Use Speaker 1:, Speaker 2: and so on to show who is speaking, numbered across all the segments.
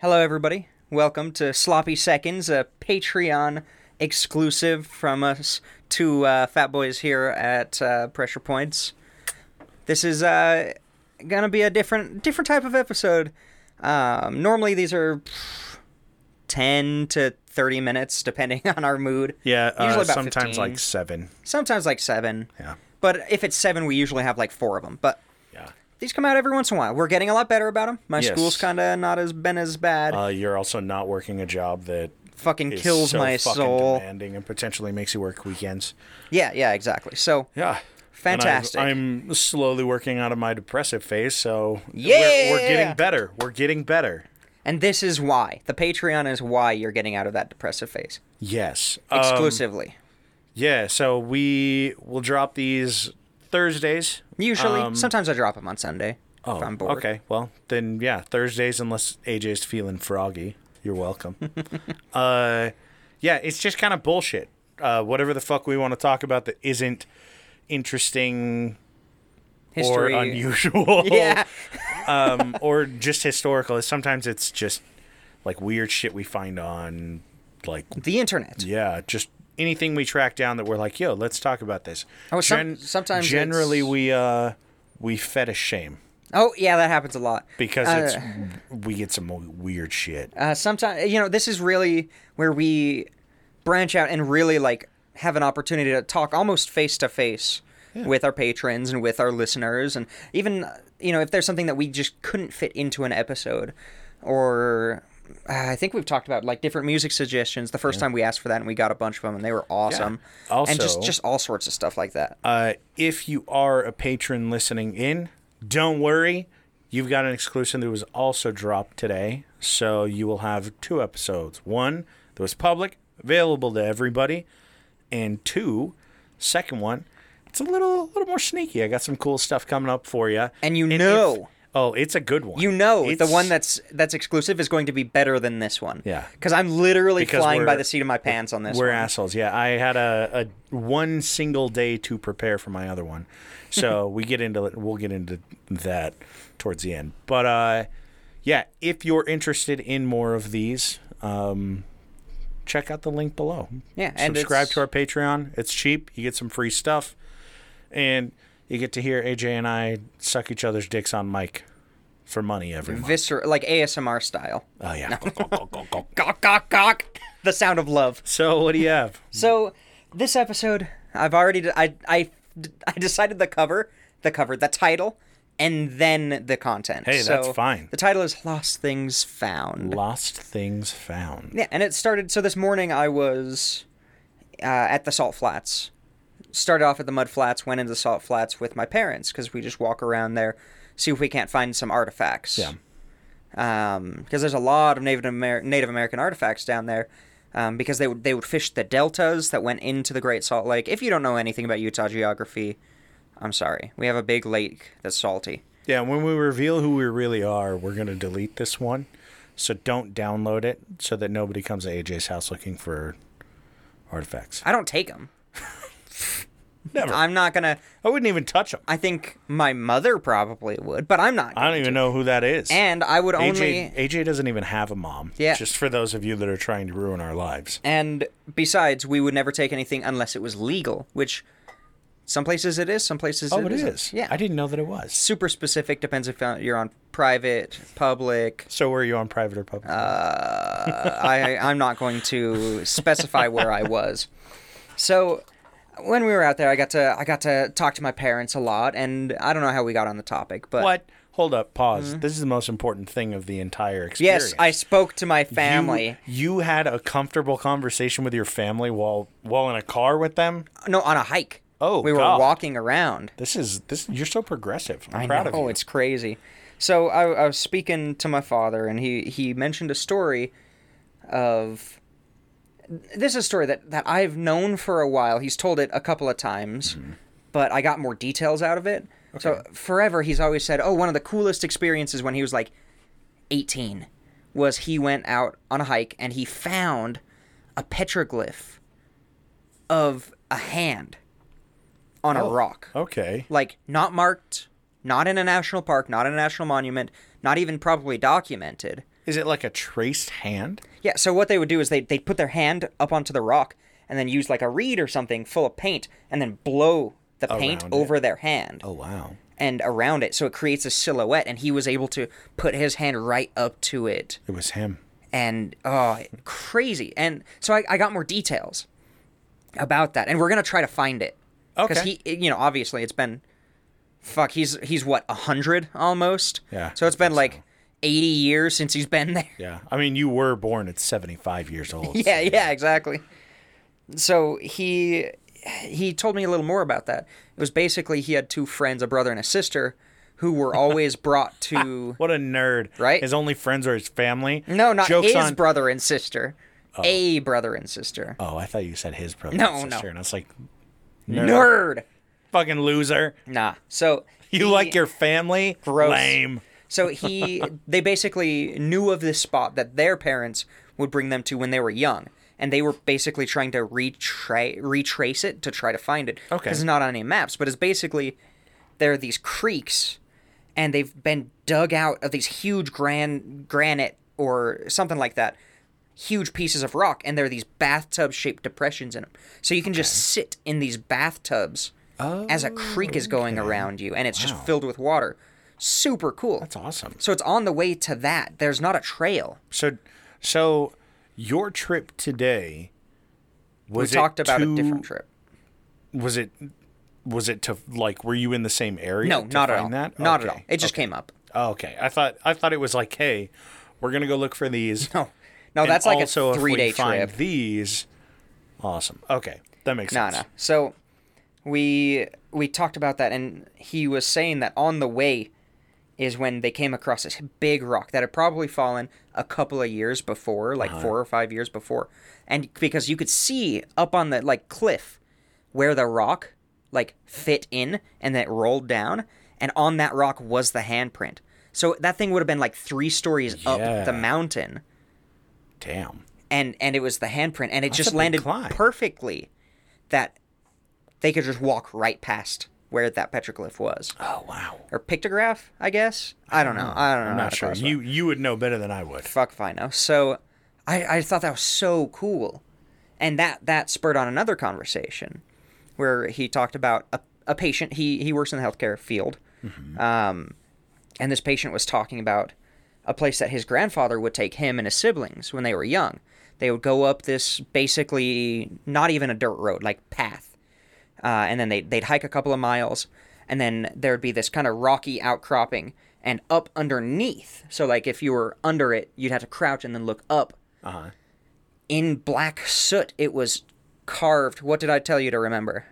Speaker 1: Hello, everybody. Welcome to Sloppy Seconds, a Patreon exclusive from us to uh, Fat Boys here at uh, Pressure Points. This is uh, gonna be a different different type of episode. Um, normally, these are pff, ten to thirty minutes, depending on our mood.
Speaker 2: Yeah,
Speaker 1: Usually
Speaker 2: uh,
Speaker 1: about 15.
Speaker 2: sometimes like seven.
Speaker 1: Sometimes like seven.
Speaker 2: Yeah.
Speaker 1: But if it's seven, we usually have like four of them. But
Speaker 2: Yeah.
Speaker 1: these come out every once in a while. We're getting a lot better about them. My
Speaker 2: Yes.
Speaker 1: school's kind of not as been as bad.
Speaker 2: Uh, you're also not working a job that
Speaker 1: fucking
Speaker 2: is
Speaker 1: kills
Speaker 2: so
Speaker 1: my
Speaker 2: fucking
Speaker 1: soul.
Speaker 2: demanding and potentially makes you work weekends.
Speaker 1: Yeah, yeah, exactly. So
Speaker 2: Yeah.
Speaker 1: Fantastic.
Speaker 2: And I'm, I'm slowly working out of my depressive phase, so we're, we're
Speaker 1: Yeah.
Speaker 2: getting better. We're getting better.
Speaker 1: And this is why. The Patreon is why you're getting out of that depressive phase.
Speaker 2: Yes. Um,
Speaker 1: Exclusively.
Speaker 2: yeah. So we will drop these Thursdays.
Speaker 1: Usually.
Speaker 2: um, oh,
Speaker 1: sometimes I drop them on Sunday. if I'm bored.
Speaker 2: Okay. Well, then yeah, Thursdays unless AJ's feeling froggy. You're welcome. uh yeah, it's just kind of bullshit. Uh whatever the fuck we want to talk about that isn't interesting
Speaker 1: History.
Speaker 2: or unusual.
Speaker 1: Yeah.
Speaker 2: um or just historical. Sometimes it's just like weird shit we find on like
Speaker 1: The internet.
Speaker 2: yeah, just anything we track down that we're like, yo, let's talk about this.
Speaker 1: Oh, some- sometimes
Speaker 2: generally
Speaker 1: it's-
Speaker 2: we uh we fetish shame
Speaker 1: Oh, yeah, that happens a lot.
Speaker 2: because
Speaker 1: Uh,
Speaker 2: it's we get some weird shit.
Speaker 1: uh, sometimes you know this is really where we branch out and really like have an opportunity to talk almost face to face with our patrons and with our listeners and even uh, you know if there's something that we just couldn't fit into an episode or uh, I think we've talked about like different music suggestions the first time we asked for that and we got a bunch of them and they were awesome and just
Speaker 2: Also-
Speaker 1: just all sorts of stuff like that
Speaker 2: Uh, if you are a patron listening in, don't worry. You've got an exclusive that was also dropped today. So you will have two episodes. One that was public, available to everybody. And two, second one, it's a little a little more sneaky. I got some cool stuff coming up for you.
Speaker 1: And you know.
Speaker 2: oh, it's a good one.
Speaker 1: you know the
Speaker 2: It's-
Speaker 1: one that's that's exclusive is going to be better than this one
Speaker 2: Yeah.
Speaker 1: because I'm literally
Speaker 2: Because
Speaker 1: flying by
Speaker 2: we're-
Speaker 1: the seat of my pants on this
Speaker 2: We're
Speaker 1: one.
Speaker 2: assholes. Yeah, I had a, a one single day to prepare for my other one, so we get into it. We'll get into that towards the end. But uh, yeah, if you're interested in more of these, um, check out the link below.
Speaker 1: Yeah, and
Speaker 2: subscribe
Speaker 1: it's-
Speaker 2: to our Patreon. It's cheap. You get some free stuff, and you get to hear AJ and I suck each other's dicks on mic for money every month.
Speaker 1: visceral, like ASMR style.
Speaker 2: oh yeah.
Speaker 1: Gawk, gawk, gawk. The sound of love.
Speaker 2: so what do you have?
Speaker 1: So, this episode, I've already, d- I, I, I decided the cover, the cover, the title, and then the content.
Speaker 2: Hey, that's
Speaker 1: So,
Speaker 2: fine.
Speaker 1: The title is Lost Things Found.
Speaker 2: Lost things found.
Speaker 1: Yeah, and it started. So this morning I was uh, at the Salt Flats. Started off at the Mud Flats, went into the Salt Flats with my parents because we just walk around there, see if we can't find some artifacts.
Speaker 2: Yeah.
Speaker 1: Because there's a lot of Native, Amer- Native American artifacts down there. Um, because they would they would fish the deltas that went into the Great Salt Lake. If you don't know anything about Utah geography, I'm sorry. We have a big lake that's salty.
Speaker 2: Yeah, when we reveal who we really are, we're going to delete this one. So don't download it so that nobody comes to AJ's house looking for artifacts.
Speaker 1: I don't take them.
Speaker 2: Never. I,
Speaker 1: I'm not gonna.
Speaker 2: wouldn't even touch them.
Speaker 1: I think my mother probably would, but I'm not.
Speaker 2: I don't even know who that is.
Speaker 1: And I would
Speaker 2: AJ,
Speaker 1: only
Speaker 2: AJ doesn't even have a mom.
Speaker 1: Yeah.
Speaker 2: Just for those of you that are trying to ruin our lives.
Speaker 1: and besides, we would never take anything unless it was legal, which some places it is, some places
Speaker 2: Oh, it
Speaker 1: isn't.
Speaker 2: is.
Speaker 1: Yeah,
Speaker 2: I didn't know that it was.
Speaker 1: super specific. Depends if uh, you're on private, public.
Speaker 2: So were you on private or public?
Speaker 1: Uh, I I'm not going to specify where I was. So when we were out there, I got to I got to talk to my parents a lot, and I don't know how we got on the topic, but
Speaker 2: what? Hold up. Pause. This is the most important thing of the entire experience.
Speaker 1: mm-hmm. yes, I spoke to my
Speaker 2: You-
Speaker 1: family.
Speaker 2: You, had a comfortable conversation with your family while while in a car with them.
Speaker 1: No, on a hike.
Speaker 2: Oh,
Speaker 1: we were
Speaker 2: God.
Speaker 1: walking around.
Speaker 2: This is this. You're so progressive. I'm proud of
Speaker 1: Oh,
Speaker 2: you.
Speaker 1: it's crazy. So I, I was speaking to my father, and he he mentioned a story of this is a story that that I've known for a while. He's told it a couple of times, but I got more details out of it. So forever, he's always said, "Oh, one of the coolest experiences when he was like 18 was he went out on a hike and he found a petroglyph of a hand on a rock."
Speaker 2: okay.
Speaker 1: like not marked, not in a national park, not in a national monument, not even probably documented,
Speaker 2: Is it like a traced hand?
Speaker 1: Yeah, so what they would do is they'd, they'd put their hand up onto the rock and then use like a reed or something full of paint and then blow the paint
Speaker 2: Around it.
Speaker 1: over their hand
Speaker 2: Oh wow.
Speaker 1: and around it so it creates a silhouette and he was able to put his hand right up to it
Speaker 2: It was him.
Speaker 1: and oh crazy and so I, I got more details about that and we're gonna try to find it because
Speaker 2: Okay.
Speaker 1: he you know obviously it's been fuck he's he's what a hundred almost
Speaker 2: Yeah,
Speaker 1: so it's
Speaker 2: I
Speaker 1: been
Speaker 2: think
Speaker 1: like 80 years since he's been there
Speaker 2: Yeah. I mean, you were born at 75 years old.
Speaker 1: yeah, yeah, exactly. So he he told me a little more about that. It was basically he had two friends, a brother and a sister, who were always brought to
Speaker 2: What a nerd.
Speaker 1: Right?
Speaker 2: His only friends are his family.
Speaker 1: no, not
Speaker 2: Jokes
Speaker 1: his
Speaker 2: on-
Speaker 1: brother and sister, a brother and sister.
Speaker 2: Oh, I thought you said his brother
Speaker 1: No,
Speaker 2: and
Speaker 1: no.
Speaker 2: sister. And I was like,
Speaker 1: Nerd.
Speaker 2: fucking loser.
Speaker 1: Nah. So
Speaker 2: You
Speaker 1: he-
Speaker 2: like your family?
Speaker 1: Gross.
Speaker 2: Lame.
Speaker 1: So he they basically knew of this spot that their parents would bring them to when they were young. And they were basically trying to retra- retrace it to try to find it.
Speaker 2: Okay.
Speaker 1: Because it's not on any maps, but it's basically there are these creeks and they've been dug out of these huge gran- granite or something like that, huge pieces of rock, and there are these bathtub shaped depressions in them. So you can just sit in these bathtubs as a creek is going around you, and it's
Speaker 2: Wow.
Speaker 1: just filled with water. Super cool.
Speaker 2: That's awesome.
Speaker 1: So it's on the way to that. There's not a trail.
Speaker 2: So, so your trip today was
Speaker 1: we talked
Speaker 2: it
Speaker 1: about
Speaker 2: to-
Speaker 1: a different trip.
Speaker 2: Was it? Was it to like? Were you in the same area?
Speaker 1: No,
Speaker 2: to
Speaker 1: not at
Speaker 2: find
Speaker 1: all.
Speaker 2: That?
Speaker 1: Not at
Speaker 2: Okay.
Speaker 1: all. It just came up.
Speaker 2: Oh, okay. I thought I thought it was like, hey, we're gonna go look for these.
Speaker 1: No, Oh. no,
Speaker 2: and
Speaker 1: that's like
Speaker 2: also
Speaker 1: a three day
Speaker 2: if we find
Speaker 1: trip.
Speaker 2: These, awesome. Okay, that makes
Speaker 1: No,
Speaker 2: sense.
Speaker 1: no. So we we talked about that, and he was saying that on the way is when they came across this big rock that had probably fallen a couple of years before, like four or five years before, and because you could see up on the like cliff where the rock like fit in, and then it rolled down, and on that rock was the handprint. So that thing would have been like three stories up the
Speaker 2: Yeah.
Speaker 1: mountain
Speaker 2: Damn.
Speaker 1: and and it was the handprint and it
Speaker 2: a
Speaker 1: just
Speaker 2: big
Speaker 1: landed
Speaker 2: climb.
Speaker 1: perfectly that they could just walk right past where that petroglyph was
Speaker 2: Oh wow.
Speaker 1: or pictograph i guess i don't know i don't know
Speaker 2: I'm
Speaker 1: how
Speaker 2: not
Speaker 1: to
Speaker 2: sure.
Speaker 1: classify-
Speaker 2: You you would know better than I would.
Speaker 1: fuck if i know so i i thought that was so cool and that that spurred on another conversation where he talked about a, a patient he he works in the healthcare field Um, and this patient was talking about a place that his grandfather would take him and his siblings when they were young. They would go up this basically not even a dirt road, like path, uh, and then they'd, they'd hike a couple of miles, and then there would be this kind of rocky outcropping, and up underneath. So like if you were under it, you'd have to crouch and then look up.
Speaker 2: Uh huh.
Speaker 1: In black soot, it was carved. What did I tell you to remember?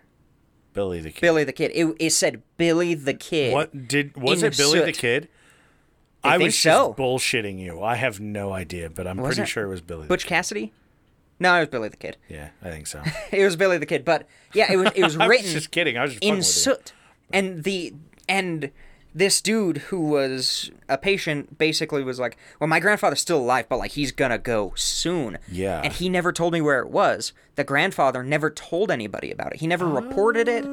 Speaker 2: Billy the kid.
Speaker 1: Billy the Kid. It, it said Billy the Kid.
Speaker 2: What did was
Speaker 1: in
Speaker 2: it? Billy the
Speaker 1: soot.
Speaker 2: kid. I
Speaker 1: think
Speaker 2: was
Speaker 1: so.
Speaker 2: just bullshitting you. I have no idea, but I'm
Speaker 1: Was
Speaker 2: pretty
Speaker 1: it?
Speaker 2: sure it was Billy.
Speaker 1: Butch Cassidy? No, it was Billy the Kid.
Speaker 2: the, yeah, I think so.
Speaker 1: It was Billy the Kid, but yeah, it was it was
Speaker 2: I
Speaker 1: written
Speaker 2: was just kidding. I was just fucking
Speaker 1: in
Speaker 2: with you.
Speaker 1: soot, and the and this dude who was a patient basically was like, "Well, my grandfather's still alive, but like he's gonna go soon."
Speaker 2: Yeah.
Speaker 1: and he never told me where it was. The grandfather never told anybody about it. He never reported it.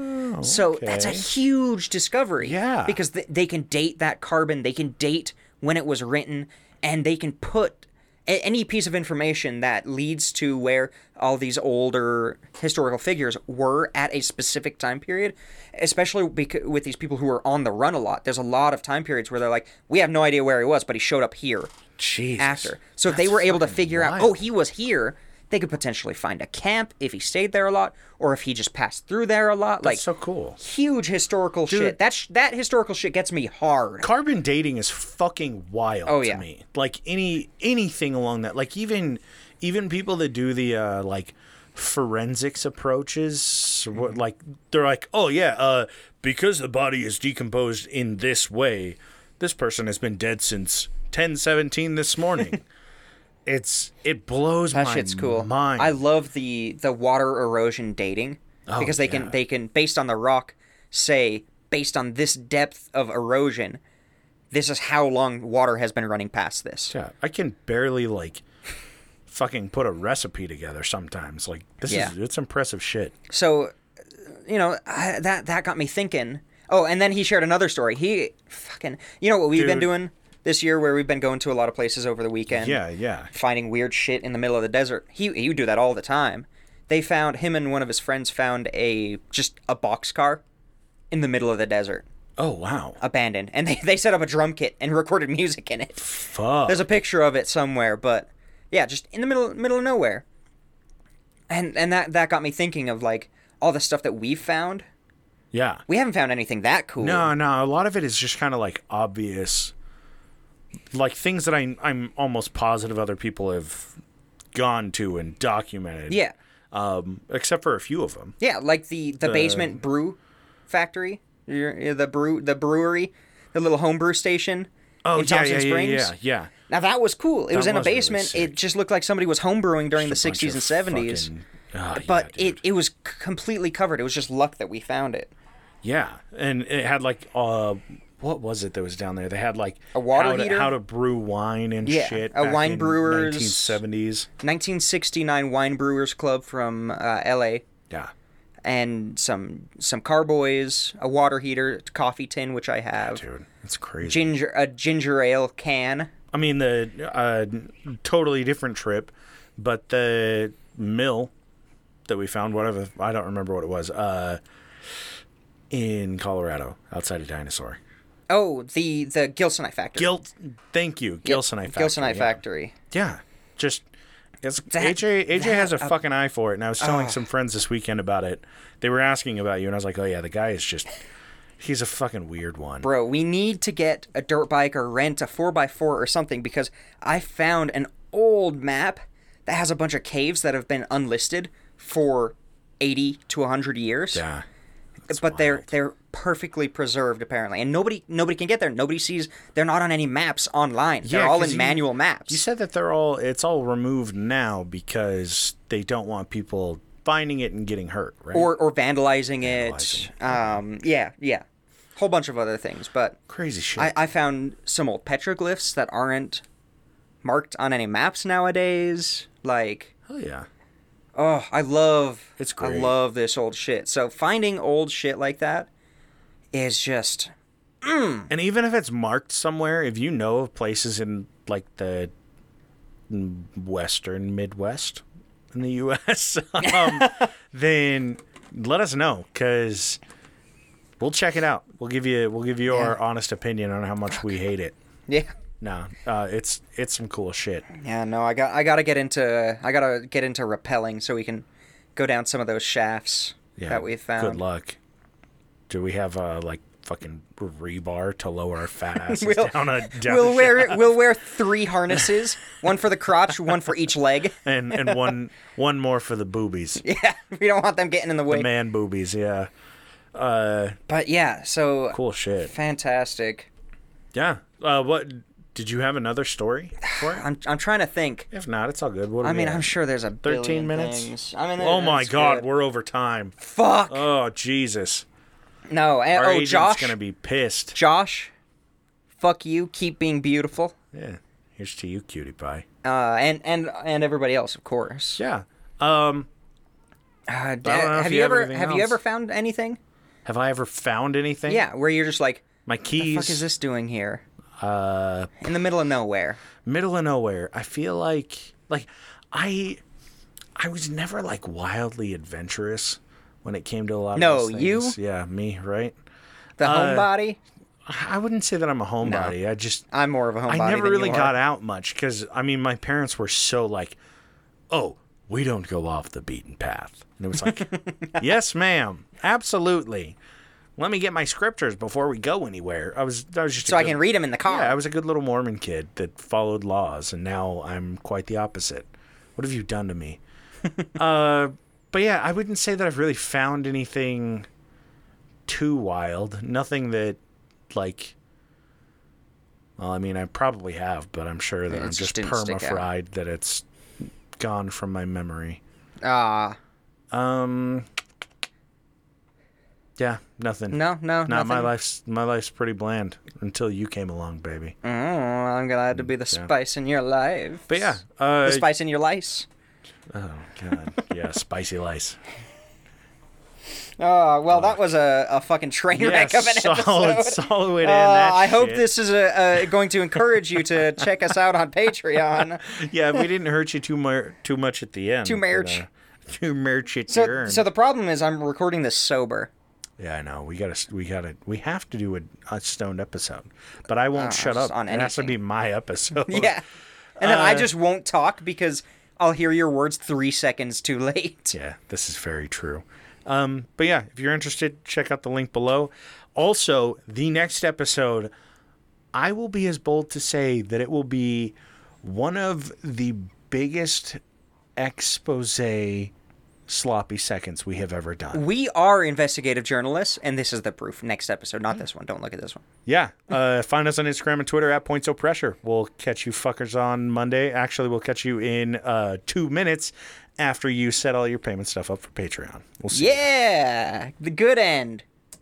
Speaker 1: So that's a
Speaker 2: okay.
Speaker 1: huge discovery.
Speaker 2: Yeah.
Speaker 1: because th- they can date that carbon. They can date when it was written, and they can put a- any piece of information that leads to where all these older historical figures were at a specific time period, especially bec- with these people who are on the run a lot. There's a lot of time periods where they're like, we have no idea where he was, but he showed up here
Speaker 2: Jesus.
Speaker 1: after. So if they were able to
Speaker 2: fucking
Speaker 1: figure out,
Speaker 2: wild.
Speaker 1: oh, he was here, they could potentially find a camp if he stayed there a lot, or if he just passed through there a lot. like
Speaker 2: so cool.
Speaker 1: Huge historical shit. That sh- that historical shit gets me hard.
Speaker 2: carbon dating is fucking wild to
Speaker 1: Oh, yeah.
Speaker 2: me. Like any anything along that. Like even even people that do the uh like forensics approaches
Speaker 1: Mm-hmm.
Speaker 2: what like they're like, "Oh yeah, uh because the body is decomposed in this way, this person has been dead since 1017 this morning." it's it blows
Speaker 1: That
Speaker 2: my
Speaker 1: shit's cool.
Speaker 2: mind. Oh,
Speaker 1: I love the the water erosion dating because they
Speaker 2: yeah.
Speaker 1: can they can based on the rock say based on this depth of erosion, this is how long water has been running past this.
Speaker 2: Yeah, I can barely like fucking put a recipe together sometimes. Like this
Speaker 1: Yeah.
Speaker 2: is it's impressive shit.
Speaker 1: So, you know I, that that got me thinking. Oh, and then he shared another story. He fucking you know what we've been
Speaker 2: Dude.
Speaker 1: doing. this year where we've been going to a lot of places over the weekend.
Speaker 2: Yeah, yeah.
Speaker 1: Finding weird shit in the middle of the desert. He he would do that all the time. They found him and one of his friends found a just a box car in the middle of the desert,
Speaker 2: Oh wow.
Speaker 1: abandoned, and they they set up a drum kit and recorded music in it.
Speaker 2: Fuck.
Speaker 1: There's a picture of it somewhere, but yeah, just in the middle middle of nowhere. And and that that got me thinking of like all the stuff that we've found.
Speaker 2: yeah.
Speaker 1: We haven't found anything that cool.
Speaker 2: No, no. A lot of it is just kind of like obvious, like things that I, I'm almost positive other people have gone to and documented.
Speaker 1: Yeah.
Speaker 2: Um, except for a few of them.
Speaker 1: Yeah, like the the basement brew factory, your- your- the brew the brewery, the little homebrew station in Thompson
Speaker 2: Oh, yeah,
Speaker 1: Springs.
Speaker 2: yeah, yeah.
Speaker 1: Now that was cool. It was in a
Speaker 2: was really
Speaker 1: basement.
Speaker 2: sick.
Speaker 1: it just looked like somebody was homebrewing during the
Speaker 2: Bunch of
Speaker 1: 60s and 70s.
Speaker 2: fucking- Ah, yeah,
Speaker 1: but
Speaker 2: dude.
Speaker 1: it it was c- completely covered. It was just luck that we found it.
Speaker 2: yeah, and it had like uh, what was it that was down there? They had like
Speaker 1: A water
Speaker 2: how to,
Speaker 1: heater?
Speaker 2: how to brew wine and
Speaker 1: Yeah,
Speaker 2: shit.
Speaker 1: a
Speaker 2: back
Speaker 1: wine
Speaker 2: in
Speaker 1: brewer's-
Speaker 2: 1970s.
Speaker 1: 1969 Wine Brewers Club from uh, L.A.
Speaker 2: Yeah,
Speaker 1: and some some carboys, a water heater, coffee tin which I have,
Speaker 2: dude, it's crazy.
Speaker 1: ginger a ginger ale can.
Speaker 2: I mean the uh, totally different trip, but the mill that we found, whatever I don't remember what it was, uh, in Colorado outside of Dinosaur.
Speaker 1: Oh, the the Gilsonite factory.
Speaker 2: Gilt, thank you, Gilsonite Factory.
Speaker 1: Gilsonite
Speaker 2: yeah.
Speaker 1: Factory.
Speaker 2: Yeah, just it's
Speaker 1: That-
Speaker 2: AJ. AJ has a
Speaker 1: that- uh,
Speaker 2: fucking eye for it, and I was telling
Speaker 1: Ah.
Speaker 2: some friends this weekend about it. They were asking about you, and I was like, oh yeah, the guy is just he's a fucking weird one.
Speaker 1: Bro, we need to get a dirt bike or rent a 4x4 or something because I found an old map that has a bunch of caves that have been unlisted for 80 to 100 years.
Speaker 2: Yeah,
Speaker 1: but they're they're perfectly preserved apparently. And nobody nobody can get there. Nobody sees they're not on any maps online.
Speaker 2: Yeah,
Speaker 1: they're all
Speaker 2: 'cause
Speaker 1: in
Speaker 2: you-
Speaker 1: manual maps.
Speaker 2: You said that they're all it's all removed now because they don't want people finding it and getting hurt, right?
Speaker 1: or or vandalizing, it. Um yeah, yeah. Whole bunch of other things, but
Speaker 2: crazy shit.
Speaker 1: I, I found some old petroglyphs that aren't marked on any maps nowadays. Like,
Speaker 2: oh yeah.
Speaker 1: oh, I love
Speaker 2: It's
Speaker 1: I
Speaker 2: great.
Speaker 1: love this old shit. So finding old shit like that is just
Speaker 2: And even if it's marked somewhere, if you know of places in like the n- western Midwest in the U.S., um, then let us know because we'll check it out. We'll give you we'll give you our
Speaker 1: Yeah.
Speaker 2: honest opinion on how much we hate it.
Speaker 1: yeah.
Speaker 2: No, uh, it's it's some cool shit.
Speaker 1: Yeah, no, I got I gotta get into I gotta get into rappelling so we can go down some of those shafts that we found.
Speaker 2: Good luck. Do we have uh, like fucking rebar to lower our fat asses
Speaker 1: We'll-
Speaker 2: down a down
Speaker 1: We'll
Speaker 2: a
Speaker 1: wear
Speaker 2: shaft?
Speaker 1: it. We'll wear three harnesses, one for the crotch, one for each leg.
Speaker 2: and and one one more for the boobies,
Speaker 1: Yeah, we don't want them getting in the way.
Speaker 2: man boobies. Yeah, uh,
Speaker 1: But yeah, so
Speaker 2: cool shit.
Speaker 1: fantastic.
Speaker 2: Yeah. Uh, what did you have another story for it?
Speaker 1: I'm, I'm trying to think.
Speaker 2: If not, it's all good. What? do
Speaker 1: I
Speaker 2: we
Speaker 1: mean,
Speaker 2: have?
Speaker 1: I'm sure there's a
Speaker 2: thirteen
Speaker 1: billion
Speaker 2: minutes.
Speaker 1: things. I mean,
Speaker 2: oh my
Speaker 1: that's
Speaker 2: god,
Speaker 1: good.
Speaker 2: we're over time.
Speaker 1: fuck.
Speaker 2: Oh Jesus,
Speaker 1: no, and,
Speaker 2: our
Speaker 1: oh
Speaker 2: agent's
Speaker 1: Josh,
Speaker 2: gonna be pissed.
Speaker 1: Josh, fuck you. Keep being beautiful.
Speaker 2: Yeah. Here's to you, cutie pie.
Speaker 1: Uh, and and and everybody else, of course.
Speaker 2: Yeah. Um,
Speaker 1: Uh, d-
Speaker 2: I don't know if
Speaker 1: have
Speaker 2: you
Speaker 1: you
Speaker 2: have
Speaker 1: ever
Speaker 2: anything
Speaker 1: have you
Speaker 2: else.
Speaker 1: ever found anything?
Speaker 2: have I ever found anything?
Speaker 1: Yeah, where you're just like,
Speaker 2: My keys.
Speaker 1: fuck is this doing here
Speaker 2: Uh,
Speaker 1: in the middle of nowhere?
Speaker 2: middle of nowhere. I feel like like I I was never like wildly adventurous when it came to a lot of
Speaker 1: No,
Speaker 2: those
Speaker 1: you?
Speaker 2: things. yeah me right
Speaker 1: The
Speaker 2: Uh,
Speaker 1: homebody.
Speaker 2: I wouldn't say that I'm a homebody I just
Speaker 1: I'm more of a homebody.
Speaker 2: I never
Speaker 1: than
Speaker 2: really
Speaker 1: you are.
Speaker 2: got out much because I mean my parents were so like oh we don't go off the beaten path and it was like yes ma'am absolutely let me get my scriptures before we go anywhere I was I was just
Speaker 1: So
Speaker 2: I
Speaker 1: I can read them in the car.
Speaker 2: yeah, I was a good little Mormon kid that followed laws, and now I'm quite the opposite. What have you done to me? uh, but yeah, I wouldn't say that I've really found anything too wild. Nothing that, like, well, I mean, I probably have, but I'm sure that
Speaker 1: Yeah,
Speaker 2: I'm
Speaker 1: it just
Speaker 2: just
Speaker 1: didn't stick out.
Speaker 2: perma fried that it's gone from my memory.
Speaker 1: Ah,
Speaker 2: Um, yeah, nothing.
Speaker 1: no, no,
Speaker 2: Not my
Speaker 1: nothing.
Speaker 2: life's my life's pretty bland until you came along, baby.
Speaker 1: Oh, I'm glad to be the spice in your life.
Speaker 2: Mm, But yeah, uh,
Speaker 1: the spice in your lice.
Speaker 2: Oh God, yeah, spicy lice.
Speaker 1: Oh, well, that was a, a fucking train wreck of an
Speaker 2: solid,
Speaker 1: episode.
Speaker 2: solid way to
Speaker 1: Uh,
Speaker 2: end that.
Speaker 1: I hope
Speaker 2: shit.
Speaker 1: this is a, uh going to encourage you to check us out on Patreon.
Speaker 2: Yeah, we didn't hurt you too much. Too much at the end.
Speaker 1: Too
Speaker 2: but,
Speaker 1: merch.
Speaker 2: uh, Too merch at your
Speaker 1: So,
Speaker 2: urn.
Speaker 1: so the problem is I'm recording this sober.
Speaker 2: Yeah, I know. We gotta. We gotta. We have to do a, a stoned episode, but I won't shut
Speaker 1: Ah, just
Speaker 2: up.
Speaker 1: on
Speaker 2: it has to
Speaker 1: anything.
Speaker 2: be my episode.
Speaker 1: Yeah. And then I
Speaker 2: Uh,
Speaker 1: just won't talk because I'll hear your words three seconds too late.
Speaker 2: Yeah, this is very true. Um, but yeah, if you're interested, check out the link below. Also, the next episode, I will be as bold to say that it will be one of the biggest expose sloppy seconds we have ever done.
Speaker 1: We are investigative journalists, and this is the proof. Next episode, not this one. Don't look at this one.
Speaker 2: Yeah. Uh, find us on Instagram and Twitter at Points O Pressure. We'll catch you fuckers on Monday. Actually, we'll catch you in uh, two minutes after you set all your payment stuff up for Patreon. We'll see. you.
Speaker 1: Yeah, the good end.